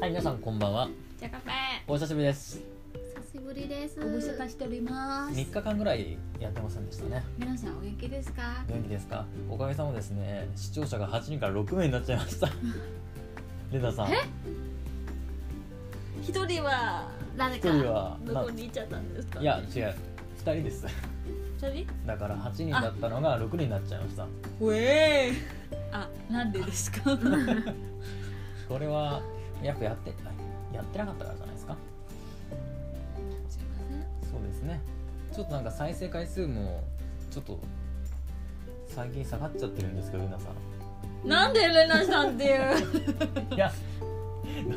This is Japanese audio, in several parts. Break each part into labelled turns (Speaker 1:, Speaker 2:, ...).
Speaker 1: はい、皆さんこんばんは。
Speaker 2: じゃかぺ
Speaker 1: お久しぶりです。
Speaker 2: 久しぶりです
Speaker 3: ご無沙汰しております
Speaker 1: 3日間ぐらいやってませんでしたね。
Speaker 3: 皆さんお元気ですか
Speaker 1: 元気ですかおかげさまですね、視聴者が8人から6名になっちゃいました。 レナさん、1
Speaker 2: 一人は誰か
Speaker 1: 人は、
Speaker 2: どこにいっちゃったんですか
Speaker 1: いや、違う、2人です。
Speaker 2: 二人
Speaker 1: だから8人だったのが6人になっちゃいました。
Speaker 3: うえあ、なんでです か
Speaker 1: これは、やっぱやって、やってなかったからじゃないですか。
Speaker 3: すいません
Speaker 1: そうですね。ちょっとなんか再生回数も、ちょっと、最近下がっちゃってるんですけど、レナさん。
Speaker 2: なんでレナさんっていう
Speaker 1: いや、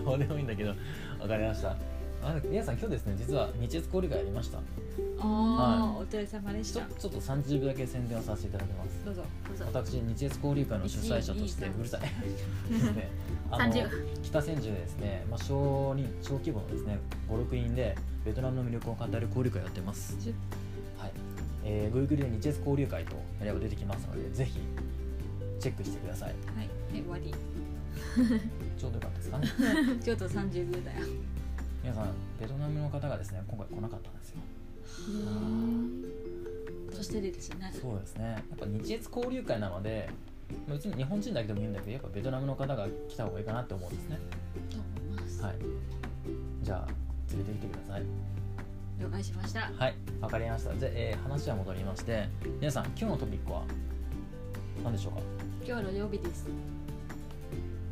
Speaker 1: どうでもいいんだけど、わかりました。あの、皆さん、今日ですね、実は日越交流会やりました。
Speaker 2: あーお疲れ様でし
Speaker 1: ちょ
Speaker 2: た
Speaker 1: ちょっと三十秒だけ宣伝をさせていただきます。
Speaker 2: どうぞどうぞ
Speaker 1: 私、日越交流会の主催者として、
Speaker 2: 123
Speaker 1: うるさい。です ね。あの北千住でですね、まあ、小に小規模のですね、五六人で、ベトナムの魅力を語る交流会やってます。はい。えー、Google で日越交流会とやれば出てきますので、ぜひ。チェックしてください。
Speaker 2: はい、はい、終わり
Speaker 1: ちょうどよかったですか ね。
Speaker 2: ちょっと30秒だよ
Speaker 1: 皆さん、ベトナムの方がですね、今回来なかったんですよ。
Speaker 2: そしてですね
Speaker 1: そうですねやっぱ日越交流会なのでまあ別に日本人だけでもいいんだけどやっぱベトナムの方が来た方がいいかなって思うんですね
Speaker 2: と思います、
Speaker 1: はいじゃあ連れてきてください
Speaker 2: 了解しました
Speaker 1: はいわかりましたじゃあ、えー話は戻りまして皆さん今日のトピックは何でしょう
Speaker 2: 今日の曜日です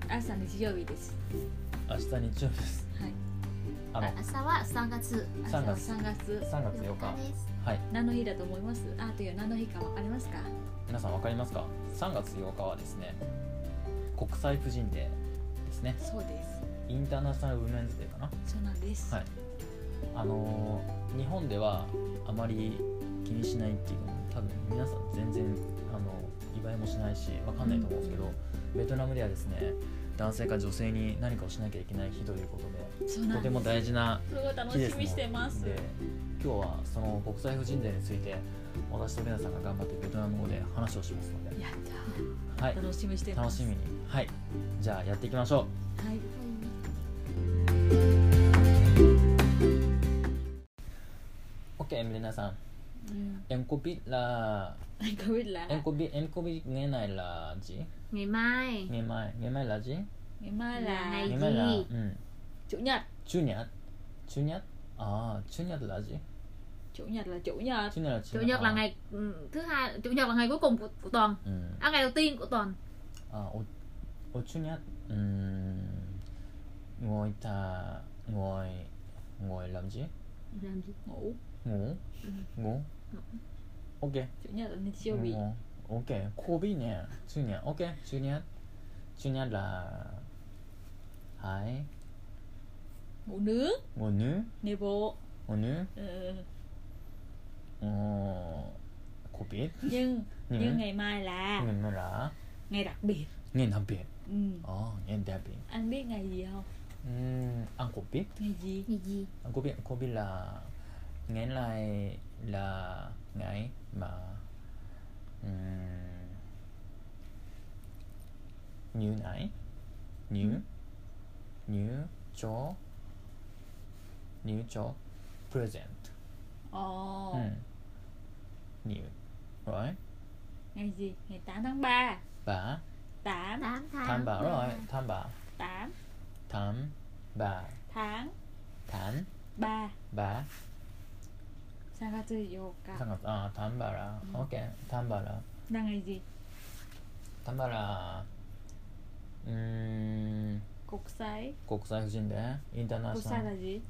Speaker 2: 朝日曜日です
Speaker 1: か明日日曜日です
Speaker 2: はい
Speaker 1: あの
Speaker 4: 朝は3月
Speaker 2: 朝
Speaker 1: 3
Speaker 2: は
Speaker 1: 月
Speaker 2: 3月
Speaker 1: 3月
Speaker 4: 4
Speaker 1: 8
Speaker 4: 日
Speaker 1: 日
Speaker 4: です。
Speaker 1: はい
Speaker 2: 何の日だと思いますあという何の日かわかりますか
Speaker 1: 皆さんわかりますか3月8日はですね国際婦人デーですね
Speaker 2: そうです
Speaker 1: インターナショナルウーメンズデーかな
Speaker 2: そうなんです。
Speaker 1: はいあのー日本ではあまり気にしないっていうのも多分皆さん全然あの祝いもしないしわかんないと思うんですけど、ベトナムではですね男性が女性に何かをしなきゃいけない日ということ
Speaker 2: そう
Speaker 1: で
Speaker 2: な
Speaker 1: と
Speaker 2: ん
Speaker 1: て
Speaker 2: です。
Speaker 1: も大事な
Speaker 2: すごい楽
Speaker 1: 日です
Speaker 2: し
Speaker 1: の
Speaker 2: みしてます。
Speaker 1: で今日はその国際婦人デーについて私と皆さんが頑張ってベトナム語で話をしますので、
Speaker 2: やっ
Speaker 1: はい
Speaker 2: た。、楽しみしてま
Speaker 1: 楽
Speaker 2: す。
Speaker 1: しみに、はい、じゃあやっていきましょう。
Speaker 2: はい。
Speaker 1: OK 皆さん
Speaker 2: うん。
Speaker 1: em có biết là
Speaker 2: なんかウィラ。
Speaker 1: em có biết em có biết nghe này là gì
Speaker 4: Ngày mai
Speaker 1: ngày mai ngày mai là gì
Speaker 2: 今ら
Speaker 4: はい
Speaker 1: ngày mai là
Speaker 4: gì?
Speaker 1: ừ,
Speaker 2: 主日。
Speaker 1: chủ nhật chủ nhật à chủ nhật là gì
Speaker 2: 主日là 主日。
Speaker 1: chủ nhật là
Speaker 4: chủ nhật là
Speaker 1: à,
Speaker 4: ngày ừ, thứ hai chủ nhật là ngày cuối cùng của, của tuần
Speaker 1: ừ.
Speaker 4: à ngày đầu tiên của tuần
Speaker 1: à ô, ô chủ nhật ừ. ngồi thà ngồi ngồi làm gì
Speaker 4: làm gì
Speaker 2: お
Speaker 1: ngủ
Speaker 4: Ừ.
Speaker 1: ngủ ok
Speaker 2: 主日は日曜日。
Speaker 1: ngủ ok Kobe nè chủ nhật ok chủ nhật chủ nhật là hãy
Speaker 2: おぬ
Speaker 1: ngồi nữ
Speaker 2: 寝坊。
Speaker 1: ngồi nữ
Speaker 2: うん。
Speaker 1: ừ. Cô biết
Speaker 2: Nhưng
Speaker 1: Nhưng
Speaker 2: nhưng
Speaker 1: á.
Speaker 2: ngày mai là
Speaker 1: mình mới là
Speaker 2: ngày đặc biệt.
Speaker 1: nghe đặc biệt
Speaker 2: Ừ.
Speaker 1: Ồ, nghe đặc biệt
Speaker 2: Anh biết ngày gì không?
Speaker 1: Ừm, Anh cũng biết
Speaker 2: Ngày gì?
Speaker 4: ngày gì
Speaker 1: Anh cũng biết, cô biết là Nghe này là ngày mà ừm, Như nãy Như Như cho Như cho Present
Speaker 2: Ồ.
Speaker 1: Ừm. Như Right
Speaker 2: Ngày gì? Ngày 8 tháng 3.
Speaker 1: Và
Speaker 2: 8
Speaker 4: 8 tháng
Speaker 1: Tham bảo rồi Tham bảo
Speaker 2: 8
Speaker 1: Tham Bà
Speaker 2: tháng
Speaker 1: Thản
Speaker 2: 3
Speaker 1: Bà
Speaker 2: 3月8
Speaker 1: 3
Speaker 2: 日。
Speaker 1: 月あータンバラ、
Speaker 2: うん
Speaker 1: OK タンバラ
Speaker 2: Là ngày gì?
Speaker 1: タンバラうーん
Speaker 2: Quốc tế.
Speaker 1: 国際婦人でインターナ
Speaker 2: Quốc
Speaker 1: ショナ
Speaker 2: tế
Speaker 1: ル
Speaker 2: là gì?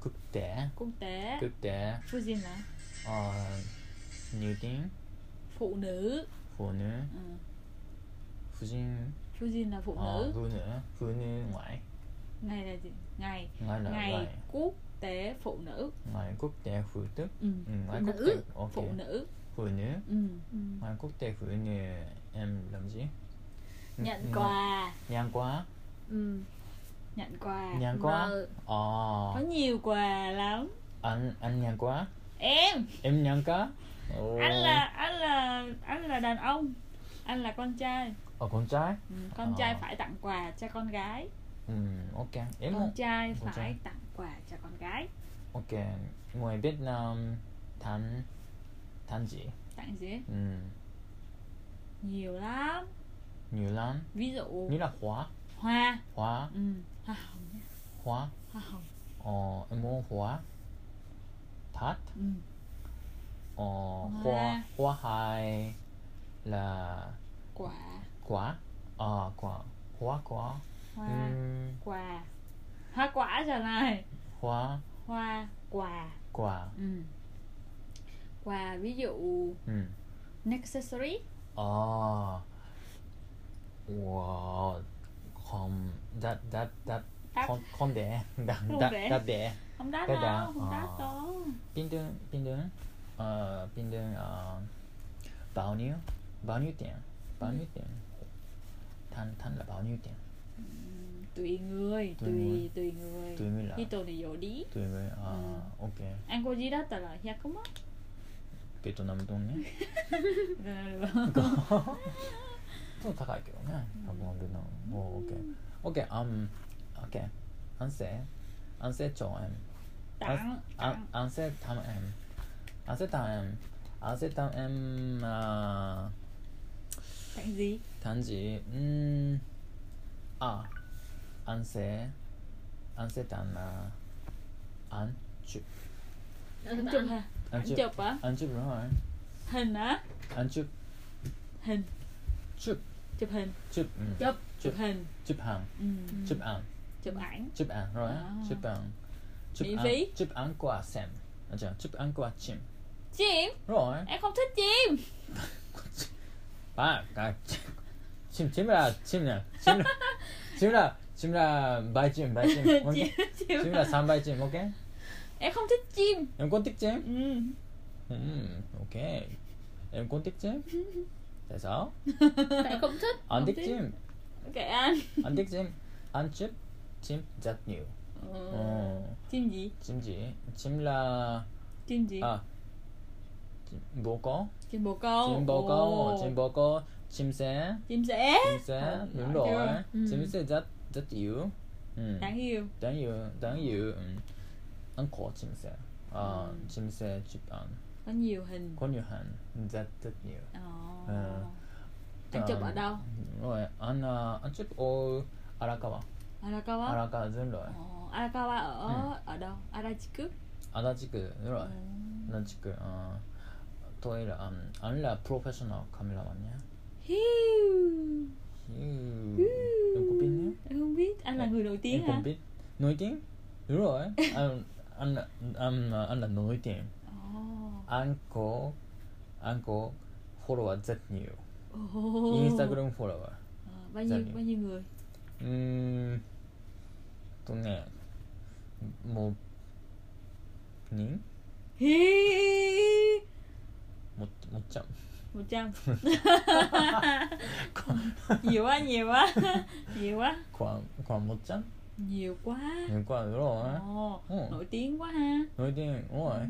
Speaker 1: クッテ
Speaker 2: Quốc tế.
Speaker 1: クッテ
Speaker 2: Phụ gì là
Speaker 1: あ
Speaker 2: Ờ,
Speaker 1: ーニューティン
Speaker 2: phụ nữ.
Speaker 1: フォヌ
Speaker 2: Ừ.
Speaker 1: 婦人
Speaker 2: Phụ gì là phụ
Speaker 1: あー
Speaker 2: nữ.
Speaker 1: フヌフヌワイ
Speaker 2: Ngày là gì? Ngày
Speaker 1: ガイラガイ
Speaker 2: ngày quốc tế phụ nữ.
Speaker 1: ガイクッテフト
Speaker 2: Ừ.
Speaker 1: うんガイクッテ
Speaker 4: ぬ
Speaker 1: OK
Speaker 2: Phụ nữ.
Speaker 1: フヌ
Speaker 2: Ừ.
Speaker 4: ừ.
Speaker 1: ガイクッテフヌエムラムジ
Speaker 2: Nhận quà,
Speaker 1: ニャンコア
Speaker 4: ừ.
Speaker 2: nhận quà.
Speaker 1: ニャンコ
Speaker 2: vâng.
Speaker 1: ア
Speaker 4: Mờ.
Speaker 1: あ
Speaker 2: Có
Speaker 1: ー
Speaker 2: nhiều quà lắm.
Speaker 1: アンアンニャンコア
Speaker 2: Em,
Speaker 1: エムニャンカおー
Speaker 2: anh là anh là anh là đàn ông. Anh là con trai.
Speaker 1: あ、こんちゃい
Speaker 2: Ừ, Con
Speaker 1: Ờ.
Speaker 2: trai phải tặng quà cho con gái.
Speaker 1: Ừm, Ừ, ok em
Speaker 2: con trai
Speaker 1: con
Speaker 2: phải
Speaker 1: trai.
Speaker 2: tặng quà cho con gái
Speaker 1: ok người Việt Nam than than gì Ừ,
Speaker 2: tặng gì
Speaker 1: Ừm,
Speaker 2: nhiều lắm
Speaker 1: nhiều lắm
Speaker 2: ví dụ
Speaker 1: nghĩa là hóa
Speaker 2: hoa
Speaker 1: hóa
Speaker 2: ừ, hoa hồng nhá
Speaker 1: hóa
Speaker 2: hoa hồng
Speaker 1: ờ em muốn hóa thắt
Speaker 2: ừ.
Speaker 1: ờ
Speaker 2: Hoa.
Speaker 1: hoa hoa hai là
Speaker 2: quả
Speaker 1: quả ờ quả Ừ, hóa quả
Speaker 2: hoa
Speaker 1: Ừm,
Speaker 2: quà hoa quả giờ này
Speaker 1: hóa
Speaker 2: hoa quà
Speaker 1: quả
Speaker 2: ừ. quà ví dụ
Speaker 1: Ừm.
Speaker 2: necessary
Speaker 1: ああ、うわあ、こん、だ、だ、だ、
Speaker 2: đắt
Speaker 1: こん、こんで、だ、
Speaker 2: こん
Speaker 1: だ、
Speaker 2: で
Speaker 1: だって、
Speaker 2: không đắt
Speaker 1: Đắt à?
Speaker 2: đâu không đắt
Speaker 1: Ờ.
Speaker 2: đâu
Speaker 1: ピンドゥン、ピンドゥン、あー、ピンドゥン、あー、バウニュー、バウニュー店、バウニュー店、タン、タンラバウニュー店、
Speaker 2: tùy người
Speaker 1: Tùy
Speaker 2: tùy
Speaker 1: người.
Speaker 2: tùy người
Speaker 1: トゥーミラ、トゥ
Speaker 2: 人により
Speaker 1: ーミラ、あー、オッケー、
Speaker 2: ăn cô gì đó tao là dạ cũng mất
Speaker 1: ベトナム丼ね。 ちょっと高いけどね、100万ベトナム。おー、オッケー。オッケー、あん、オッケー、安静、安静超円。
Speaker 2: tặng
Speaker 1: An,
Speaker 2: tặng
Speaker 1: ansettam em. Ansettam em. Ansettam em à,
Speaker 2: tặng gì
Speaker 1: 단지 음. 아. 안세. 안settam à. 안주.
Speaker 2: ảnh chụp hả ảnh
Speaker 1: 안주.
Speaker 2: chụp hả
Speaker 1: 안주 rồi.
Speaker 2: hình hả
Speaker 1: 안주.
Speaker 2: hình
Speaker 1: 춥.
Speaker 2: chụp hình
Speaker 1: 춥. 음.
Speaker 4: Chụp.
Speaker 2: chụp
Speaker 1: 춥.
Speaker 2: hình
Speaker 1: 춥한.
Speaker 2: ừ.
Speaker 1: 춥안.
Speaker 2: chụp ảnh
Speaker 1: 춥안 rồi.
Speaker 2: À.
Speaker 1: 춥안.
Speaker 2: Miễn phí.
Speaker 1: 춥안. 춥안과 쌤. 맞아. 춥안과 침.
Speaker 2: chim
Speaker 1: rồi.
Speaker 2: em không thích chim
Speaker 1: 아, 아, 침, 침이라, 침이라, 침이라, 침이라, 침이라, 말찜, 말찜,
Speaker 2: chim
Speaker 1: 오케이?
Speaker 2: chim
Speaker 1: 침이라, 산발찜, 오케이?
Speaker 2: em không thích chim
Speaker 1: 엠 꼰틱찜?
Speaker 2: ừ.
Speaker 1: 음, 오케이. 엠 꼰틱찜? 돼서?
Speaker 4: tại không thích
Speaker 1: 안틱찜,
Speaker 2: kệ anh
Speaker 1: 안틱찜, 안찜, 찜, 잣뉴. 어,
Speaker 2: Ờ. chim gì
Speaker 1: 찜지, 침라,
Speaker 2: chim gì
Speaker 1: 아, 뭐고?
Speaker 2: chim bồ
Speaker 1: 어,
Speaker 2: câu
Speaker 1: 찜버거, 찜버거, 찜새,
Speaker 2: chim sẻ
Speaker 1: 찜새,
Speaker 2: Nói
Speaker 1: 룰로,
Speaker 2: chưa?
Speaker 4: Ừ.
Speaker 1: 찜새, 잣, 잣뉴. 음.
Speaker 2: đáng yêu
Speaker 1: đáng yêu đáng yêu ừ. ăn khó chim sẻ à chim sẻ chụp ăn
Speaker 2: có À. nhiều hình
Speaker 1: có nhiều hàng rất rất nhiều
Speaker 2: Ồ.
Speaker 1: Ờ.
Speaker 2: anh chụp ở
Speaker 1: Ờ,
Speaker 2: đâu
Speaker 1: rồi ăn à, ăn chụp ở Arakawa
Speaker 2: Arakawa Ừ.
Speaker 1: Arakawa dân rồi
Speaker 2: Ồ, Arakawa ở ở đâu? Arachiku.
Speaker 1: Adachiku đúng rồi
Speaker 2: Ồ.
Speaker 1: Adachiku à, tôi là um, anh là professional cameraman nhé
Speaker 2: Hiu.
Speaker 1: Hiu. em có biết nhé
Speaker 2: Ừ. Em không biết, anh là người nổi
Speaker 1: em
Speaker 2: tiếng hả?
Speaker 1: cũng biết nổi tiếng đúng rồi anh anh là- anh anh là nổi tiếng
Speaker 2: Ồ.
Speaker 1: anh có anh có follower rất nhiều
Speaker 2: Ồ.
Speaker 1: Instagram follower
Speaker 2: Ờ, bao nhiêu
Speaker 1: Dạ.
Speaker 2: bao nhiêu người?
Speaker 1: うーんとねもう人
Speaker 2: Hi.
Speaker 1: もっともっちゃん
Speaker 2: 100. nhiều quá, nhiều quá. nhiều quá.
Speaker 1: こわこわもっちゃん
Speaker 2: Nhiều quá.
Speaker 1: ねこわだろ
Speaker 2: Ồ,
Speaker 1: Ừ.
Speaker 2: nổi tiếng quá ha.
Speaker 1: う泣いてんお
Speaker 2: Ừ,
Speaker 1: い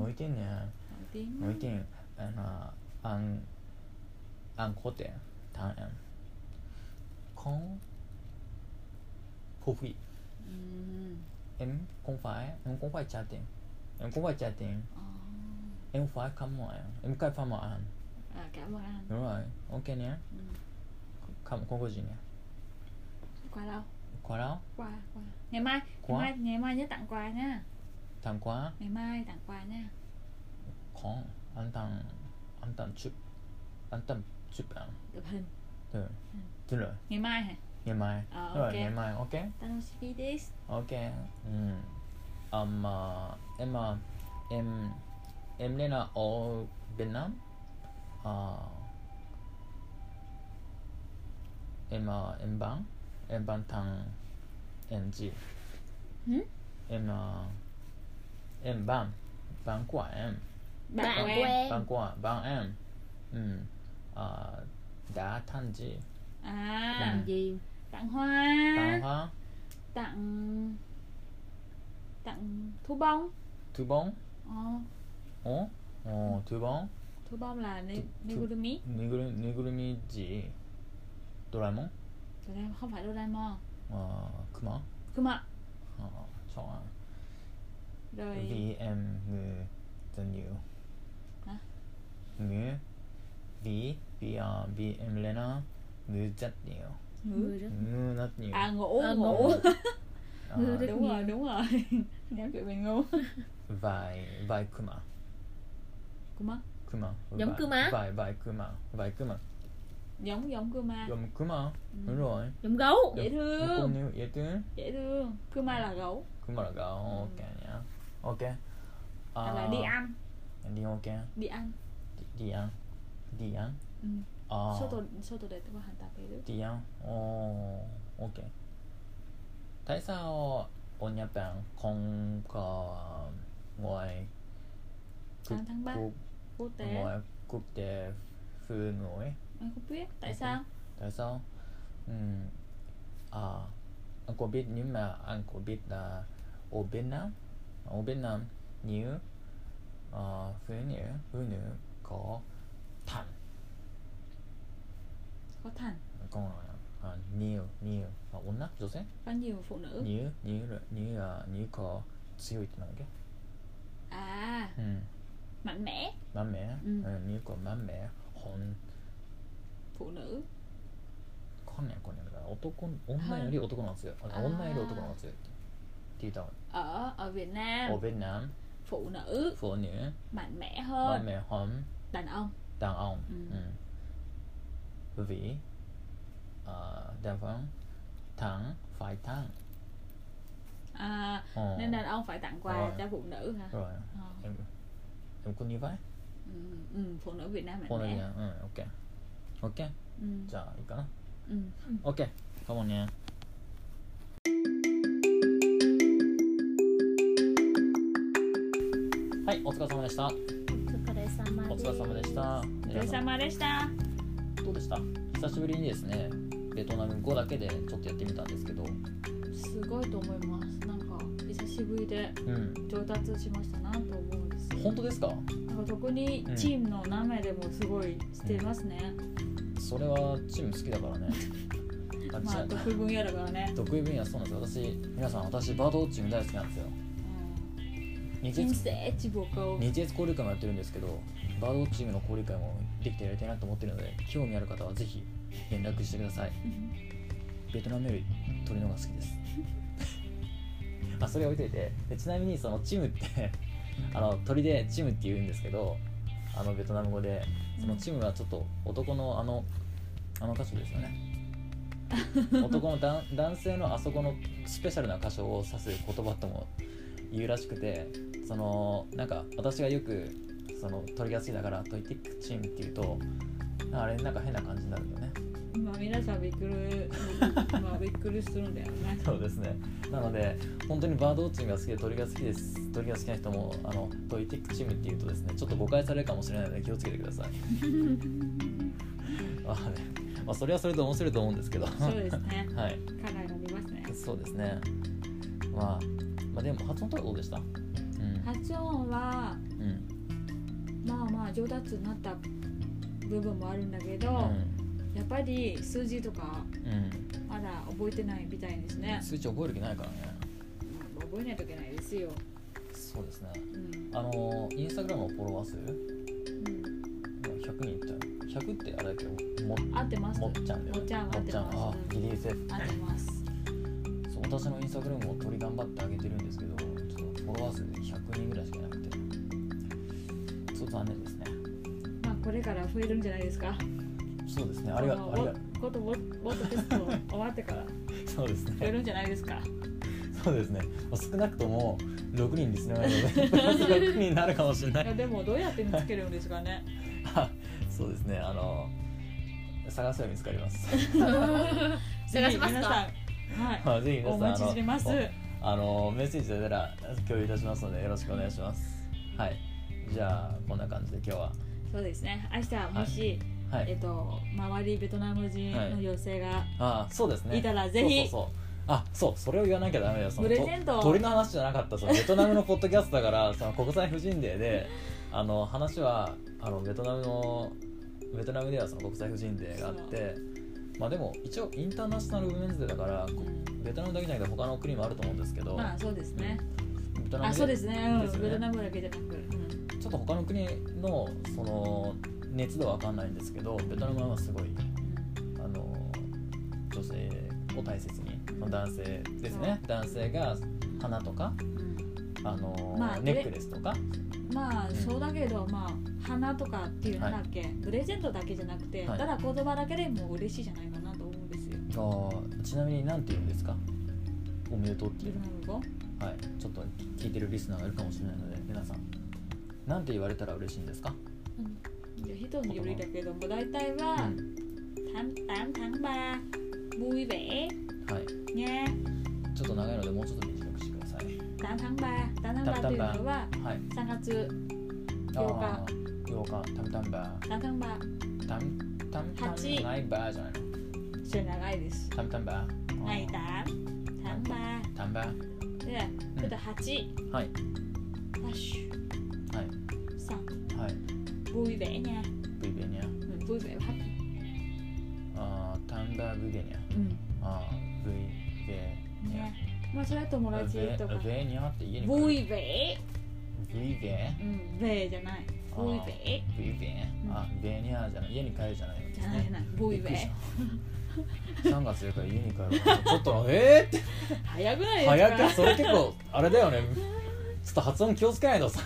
Speaker 1: 泣いてんね
Speaker 2: nổi tiếng.
Speaker 1: 泣いてんあのあんあんこてたんやんこんコフィ
Speaker 2: Ừ.
Speaker 1: em không phải em cũng phải trả tiền em cũng phải trả tiền
Speaker 2: Ồ.
Speaker 1: em phải cảm ơn anh. em phải cảm ơn anh.
Speaker 2: À, cảm ơn anh.
Speaker 1: đúng rồi ok nhé
Speaker 2: Ừ.
Speaker 1: cảm ơn cô gì nhé
Speaker 2: Qua đâu?
Speaker 1: quá đó
Speaker 2: quà quà ngày mai
Speaker 1: Quá.
Speaker 2: ngày mai ngày mai nhớ tặng quà nha
Speaker 1: thằng quá
Speaker 2: ngày mai tặng quà nha
Speaker 1: có anh thằng anh thằng chụp anh thằng chụp ảnh
Speaker 2: chụp hình
Speaker 1: được được rồi
Speaker 2: ngày mai hả
Speaker 1: ngày mai
Speaker 2: Ờ,
Speaker 1: Đúng rồi
Speaker 2: ok.
Speaker 1: ngày mai ok
Speaker 2: tanoshimi desu
Speaker 1: ok ừ. um, ờ, em ờ, em em lên là ở Việt Nam Ờ, em ờ, em bán em bán thằng em gì
Speaker 2: Hử?
Speaker 1: em ờ, em bán bán của em
Speaker 4: Bạn
Speaker 2: của em
Speaker 4: quen.
Speaker 1: bán của bán em ừ. Ờ, đã thằng gì
Speaker 2: à
Speaker 4: làm gì
Speaker 2: tặng hoa
Speaker 1: bán hoa
Speaker 2: tặng tặng thu bông
Speaker 1: thứ bốn
Speaker 2: ờ,
Speaker 1: 어? 어, 두번
Speaker 2: thu bông là ne-
Speaker 1: Thu- thu-
Speaker 2: negurumi
Speaker 1: 누구름 누구름이지 도라에몽?
Speaker 2: Trời ơi, không phải Doraemon
Speaker 1: 어, まあ熊
Speaker 2: Kuma.
Speaker 1: 어, 좋아.
Speaker 2: Rồi
Speaker 1: VM ngừ dân nhiều.
Speaker 2: Hả?
Speaker 1: Ngừ ví vì à vì em lên á ngừ rất nhiều.
Speaker 2: ngủ.
Speaker 4: rất
Speaker 1: Ngừ rất nhiều.
Speaker 2: À ngủ
Speaker 4: À,
Speaker 2: ngủ.
Speaker 4: ngủ.
Speaker 1: Ờ,
Speaker 4: ngừ rất-
Speaker 2: Đúng rồi đúng rồi. Nhắc tụi mình ngu.
Speaker 1: vài vài kuma
Speaker 2: Kuma.
Speaker 1: kuma.
Speaker 4: Giống
Speaker 1: vài-
Speaker 4: kuma?
Speaker 1: Vài vài kuma vài kuma.
Speaker 2: Giống giống Kuma.
Speaker 1: Giống kuma. Đúng rồi.
Speaker 4: giống gấu
Speaker 2: À. Ừ. Dễ
Speaker 1: Giống
Speaker 2: thương.
Speaker 1: Con yêu dễ thương.
Speaker 2: Dễ thương. Kuma là gấu.
Speaker 1: Kuma là gạo. Ok nhá. Ok.
Speaker 2: À,
Speaker 1: Ờ,
Speaker 2: Ừ. là đi ăn.
Speaker 1: Đi ok.
Speaker 2: Đi ăn.
Speaker 1: Đi, đi ăn. Đi ăn.
Speaker 2: Ừ.
Speaker 1: Ờ.
Speaker 2: Soto soto để tôi hoàn tập cái đứa.
Speaker 1: Đi ăn. Ồ, ok. Tại sao ở Nhật Bản không có ngoài quốc-
Speaker 2: 8 tháng 3
Speaker 1: quốc-
Speaker 2: quốc tế.
Speaker 1: ngoài quốc tế phương ngữ?
Speaker 2: Em không biết tại
Speaker 1: Ok.
Speaker 2: sao.
Speaker 1: Tại sao? Ừm, à, anh có biết nhưng mà anh có biết là ở Việt Nam, ở Việt Nam nhiều uh, phụ nữ phụ nữ có thẳng
Speaker 2: Có thẳng.
Speaker 1: con à, nhiều nhiều và ổn lắm rồi đấy
Speaker 2: Có nhiều phụ nữ.
Speaker 1: nhiều nhiều rồi nhiều là nhiều à, có siêu ít mạnh cái
Speaker 2: À,
Speaker 1: ừ.
Speaker 2: mạnh mẽ.
Speaker 1: mạnh mẽ
Speaker 2: Ừ.
Speaker 1: ừ. nhiều có mạnh mẽ hơn
Speaker 2: Phụ nữ.
Speaker 1: con này con này là 男女より男なんですよあの
Speaker 2: あー
Speaker 1: 女より男なんですよって言ったの
Speaker 2: Ở ở Việt Nam
Speaker 1: おべんな
Speaker 2: phụ nữ
Speaker 1: 腐女
Speaker 2: mạnh mẽ
Speaker 1: マ
Speaker 2: hơn
Speaker 1: メホン
Speaker 2: đàn ông.
Speaker 1: ダンオン
Speaker 2: Ừ.
Speaker 1: うんbởi vì à, đàn ông thắng phải thắng
Speaker 2: À,
Speaker 1: Ờ.
Speaker 2: nên đàn ông phải tặng quà
Speaker 1: Rồi.
Speaker 2: cho phụ nữ hả?
Speaker 1: rồi
Speaker 2: Ờ.
Speaker 1: em em cũng như vậy
Speaker 2: Ừ, ừ, phụ nữ Việt Nam mạnh
Speaker 1: この
Speaker 2: mẽ.
Speaker 1: ねうんオッケーオッケー
Speaker 2: Ừ,
Speaker 1: じゃあいいかな
Speaker 2: ừ.
Speaker 1: オッケーかもねはいお疲れ様でした
Speaker 4: お疲れ様
Speaker 1: お
Speaker 4: です
Speaker 1: 疲れ様でした皆
Speaker 2: Rồi
Speaker 1: さ
Speaker 2: sao
Speaker 1: ん
Speaker 2: mà đấy ta?
Speaker 1: どうでした久しぶりにですねベトナム語だけでちょっとやってみたんですけどう
Speaker 2: Sugoi to omoimasu. Nanka hisashiburi de
Speaker 1: ん
Speaker 2: 上達しましたなと思うんですよ
Speaker 1: 本当ですか
Speaker 2: なんか特にチームの名前でもすごいしてますね、
Speaker 1: それはチーム好きだから ねあ
Speaker 2: まあ
Speaker 1: ちな
Speaker 2: 得意分野だからね、
Speaker 1: 得意分野そうなんですよ私皆さん私バードウォッチング大好きなんですよ
Speaker 2: うん、
Speaker 1: 日
Speaker 2: 人
Speaker 1: 月
Speaker 2: 生一僕を
Speaker 1: 日越交流会もやってるんですけどバードウォッチングの交流会もできてやりたいなと思ってるので興味ある方はぜひ連絡してくださいベトナムより鳥の方が好きですあそれ置いといてでちなみにそのチムってあの鳥でチムって言うんですけどあのベトナム語でそのチムはちょっと男のあのあの箇所ですよね男のだん男性のあそこのスペシャルな箇所を指す言葉とも言うらしくてそのなんか私がよくその鳥が好きだからトイティックチームっていうとあれなんか変な感じになるよね
Speaker 2: まあ皆さんびっくりまあびっくりするんだよ ね
Speaker 1: そうですねなので本当にバードウォッチングが好きで鳥が好きです鳥が好きな人もあのトイティックチームっていうとですねちょっと誤解されるかもしれないので気をつけてくださいまあねまあそれはそれで面白いと思うんですけど
Speaker 2: そう
Speaker 1: は
Speaker 2: ですね
Speaker 1: い
Speaker 2: カラーが出ます ね
Speaker 1: そうですねまあまあでも発音とかどうでしたうん、
Speaker 2: 発音は
Speaker 1: うん
Speaker 2: まあまあ上達になった部分もあるんだけど、
Speaker 1: うん
Speaker 2: やっぱり数字とか
Speaker 1: う
Speaker 2: まだ覚えてないみたいですね
Speaker 1: ん、、数値覚える気ないからね
Speaker 2: うん覚えないといけないですよ、
Speaker 1: そうですね
Speaker 2: うん
Speaker 1: あのインスタグラムのフォロワー数
Speaker 2: うん
Speaker 1: 100人いっちゃう100ってあれだけども
Speaker 2: 合ってます
Speaker 1: もっちゃんだよ
Speaker 2: もっちゃん合っ
Speaker 1: もっ
Speaker 2: てます
Speaker 1: ちゃんあギリセ
Speaker 2: 合ってます
Speaker 1: そう私のインスタグラムを取り頑張ってあげてるんですけどちょっとフォロワー数で100人ぐらいしかいなくてちょっと残念ですね
Speaker 2: まあこれから増えるんじゃないですか
Speaker 1: そうですねありが
Speaker 2: あ
Speaker 1: と
Speaker 2: の
Speaker 1: うありがと
Speaker 2: ごことボボットテスト終わってから
Speaker 1: うそうです
Speaker 2: 増え
Speaker 1: ね
Speaker 2: るんじゃないですか
Speaker 1: そうですねまあ少なくとも6人ですねプラス6人 になるかもしれないい
Speaker 2: やでもどうやって見つけるんですかね
Speaker 1: あそうですねあの探せば見つかります
Speaker 4: 探しま
Speaker 2: ぜひ
Speaker 4: すか
Speaker 2: 皆さんはい
Speaker 1: まあぜひ皆さん
Speaker 2: お待ちしてます
Speaker 1: あのおあのメッセージ出たら共有いたしますのでよろしくお願いしますはいじゃあこんな感じで今日は
Speaker 2: そうですね明日もし、
Speaker 1: は
Speaker 2: え
Speaker 1: い
Speaker 2: っと周りベトナム人の女性が、
Speaker 1: あそうですね
Speaker 2: いたらぜひ
Speaker 1: そうそうそうあそうそれを言わなきゃダメだよその
Speaker 2: プレゼント
Speaker 1: と鳥の話じゃなかったそのベトナムのポッドキャストだからその国際婦人デーであの話はあのベトナムのベトナムではその国際婦人デーがあってまあでも一応インターナショナルウィメンズデーだからこベトナムだけじゃなくて他の国もあると思うんですけど、
Speaker 2: まあそうですね。
Speaker 1: ベトナム
Speaker 2: あそうですね。
Speaker 1: で
Speaker 2: う
Speaker 1: す
Speaker 2: ん。
Speaker 1: ね
Speaker 2: ベトナムだけじゃなく、うん
Speaker 1: ちょっと他の国のその熱度は分かんないんですけどベトナムはまあすごいあの女性を大切に、まあ、男性ですね男性が花とかあの、
Speaker 2: まあ
Speaker 1: ネックレスとか
Speaker 2: まあそうだけど、まあ花とかっていうのだっけ、プレゼントだけじゃなくて、
Speaker 1: はい
Speaker 2: ただ言葉だけでも嬉しいじゃないかなと思うんですよ。
Speaker 1: あーちなみに何て言うんですかおめでとうってい
Speaker 2: ベ
Speaker 1: う
Speaker 2: トナム語。
Speaker 1: のはいちょっと聞いてるリスナーがいるかもしれないので皆さん何て言われたら嬉しいんですか、
Speaker 2: いや人によりだけども大体は
Speaker 1: う
Speaker 2: 8tháng ba vui vẻ
Speaker 1: はい、
Speaker 2: nha。
Speaker 1: ちょっと長いのでもうちょっと短くしてください
Speaker 2: 8tháng ba 8tháng ba というのは
Speaker 1: はい
Speaker 2: 3月
Speaker 1: あー8日タムタムバ
Speaker 2: 8tháng ba
Speaker 1: ータムタムタム
Speaker 2: 八
Speaker 1: ないバーじゃないの
Speaker 2: それ長いです。
Speaker 1: タムタムバーあー
Speaker 2: はい8tháng ba
Speaker 1: タンバー
Speaker 2: でちょっと8
Speaker 1: はい
Speaker 2: ファッシ
Speaker 1: はい
Speaker 2: ュさん
Speaker 1: はい
Speaker 2: vui vẻ nha。
Speaker 1: ブイベニャ
Speaker 2: うん Ừ, vui vẻ happy。
Speaker 1: あータンバーブイベニャ
Speaker 2: うん。
Speaker 1: あーブイベニャ
Speaker 2: ね。まあそれは友達とか
Speaker 1: ブ。イベニャって家に来る
Speaker 2: vui vẻ。Ừ,
Speaker 1: ブイベ
Speaker 2: うん。べじゃない。vui vẻ。
Speaker 1: ブイベあベニャじゃない家に帰るじゃないんで
Speaker 2: じ
Speaker 1: す
Speaker 2: ゃないじ
Speaker 1: ね
Speaker 2: ゃない。vui
Speaker 1: びっくりし
Speaker 2: vẻ。
Speaker 1: た3月4日家に帰るからちょっとえーって
Speaker 2: 早くないですか。
Speaker 1: 早くそれ結構あれだよねちょっと発音気をつけないとさ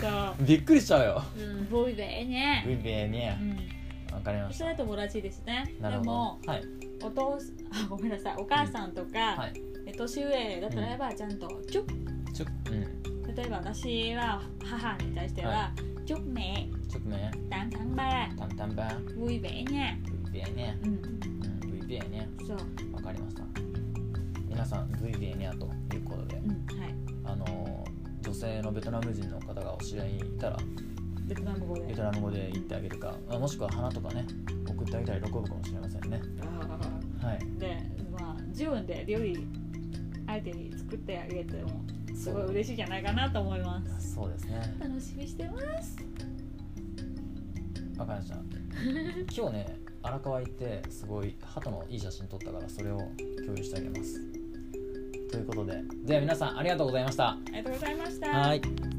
Speaker 2: そ
Speaker 1: びっくりしちゃうよ
Speaker 4: Ừ.
Speaker 2: う。vui Ừ, vẻ nha Ừ.
Speaker 1: ブ。イベニャ
Speaker 2: うん。
Speaker 1: わかりました
Speaker 2: それは友達ですね。
Speaker 1: なる
Speaker 2: で
Speaker 1: ほど
Speaker 2: も
Speaker 1: はい
Speaker 2: お父さんあごめんなさいお母さんと
Speaker 1: は
Speaker 2: か、
Speaker 1: い
Speaker 2: え年上だったらばちゃんと「チュッ
Speaker 1: ちょうん」
Speaker 2: 例えば私は母に対しては「チュッね
Speaker 1: ちょっとね
Speaker 2: 旦旦ば
Speaker 1: タンタンバー
Speaker 2: vui vẻ nha Ừ.
Speaker 1: ブイベニャ」
Speaker 2: うん
Speaker 1: うんブイベニャ
Speaker 2: そう、
Speaker 1: わかりました皆さん v イ n ニャということで
Speaker 2: うんはい、
Speaker 1: あの女性のベトナム人の方がお知り合いにいたら
Speaker 2: ベトナム語で
Speaker 1: ベトナム語で言ってあげるかまあもしくは花とかね送ってあげたら喜ぶかもしれませんね
Speaker 2: あ
Speaker 1: はい
Speaker 2: ーでまあ自分で料理相手に作ってあげてもすごい
Speaker 1: そう
Speaker 2: 嬉しいじゃないかなと思います
Speaker 1: そうですね
Speaker 3: 楽しみしてます。
Speaker 1: わかりました今日ね荒川行ってすごい鳩のいい写真撮ったからそれを共有してあげますということででは皆さんありがとうございました
Speaker 2: ありがとうございました
Speaker 1: はい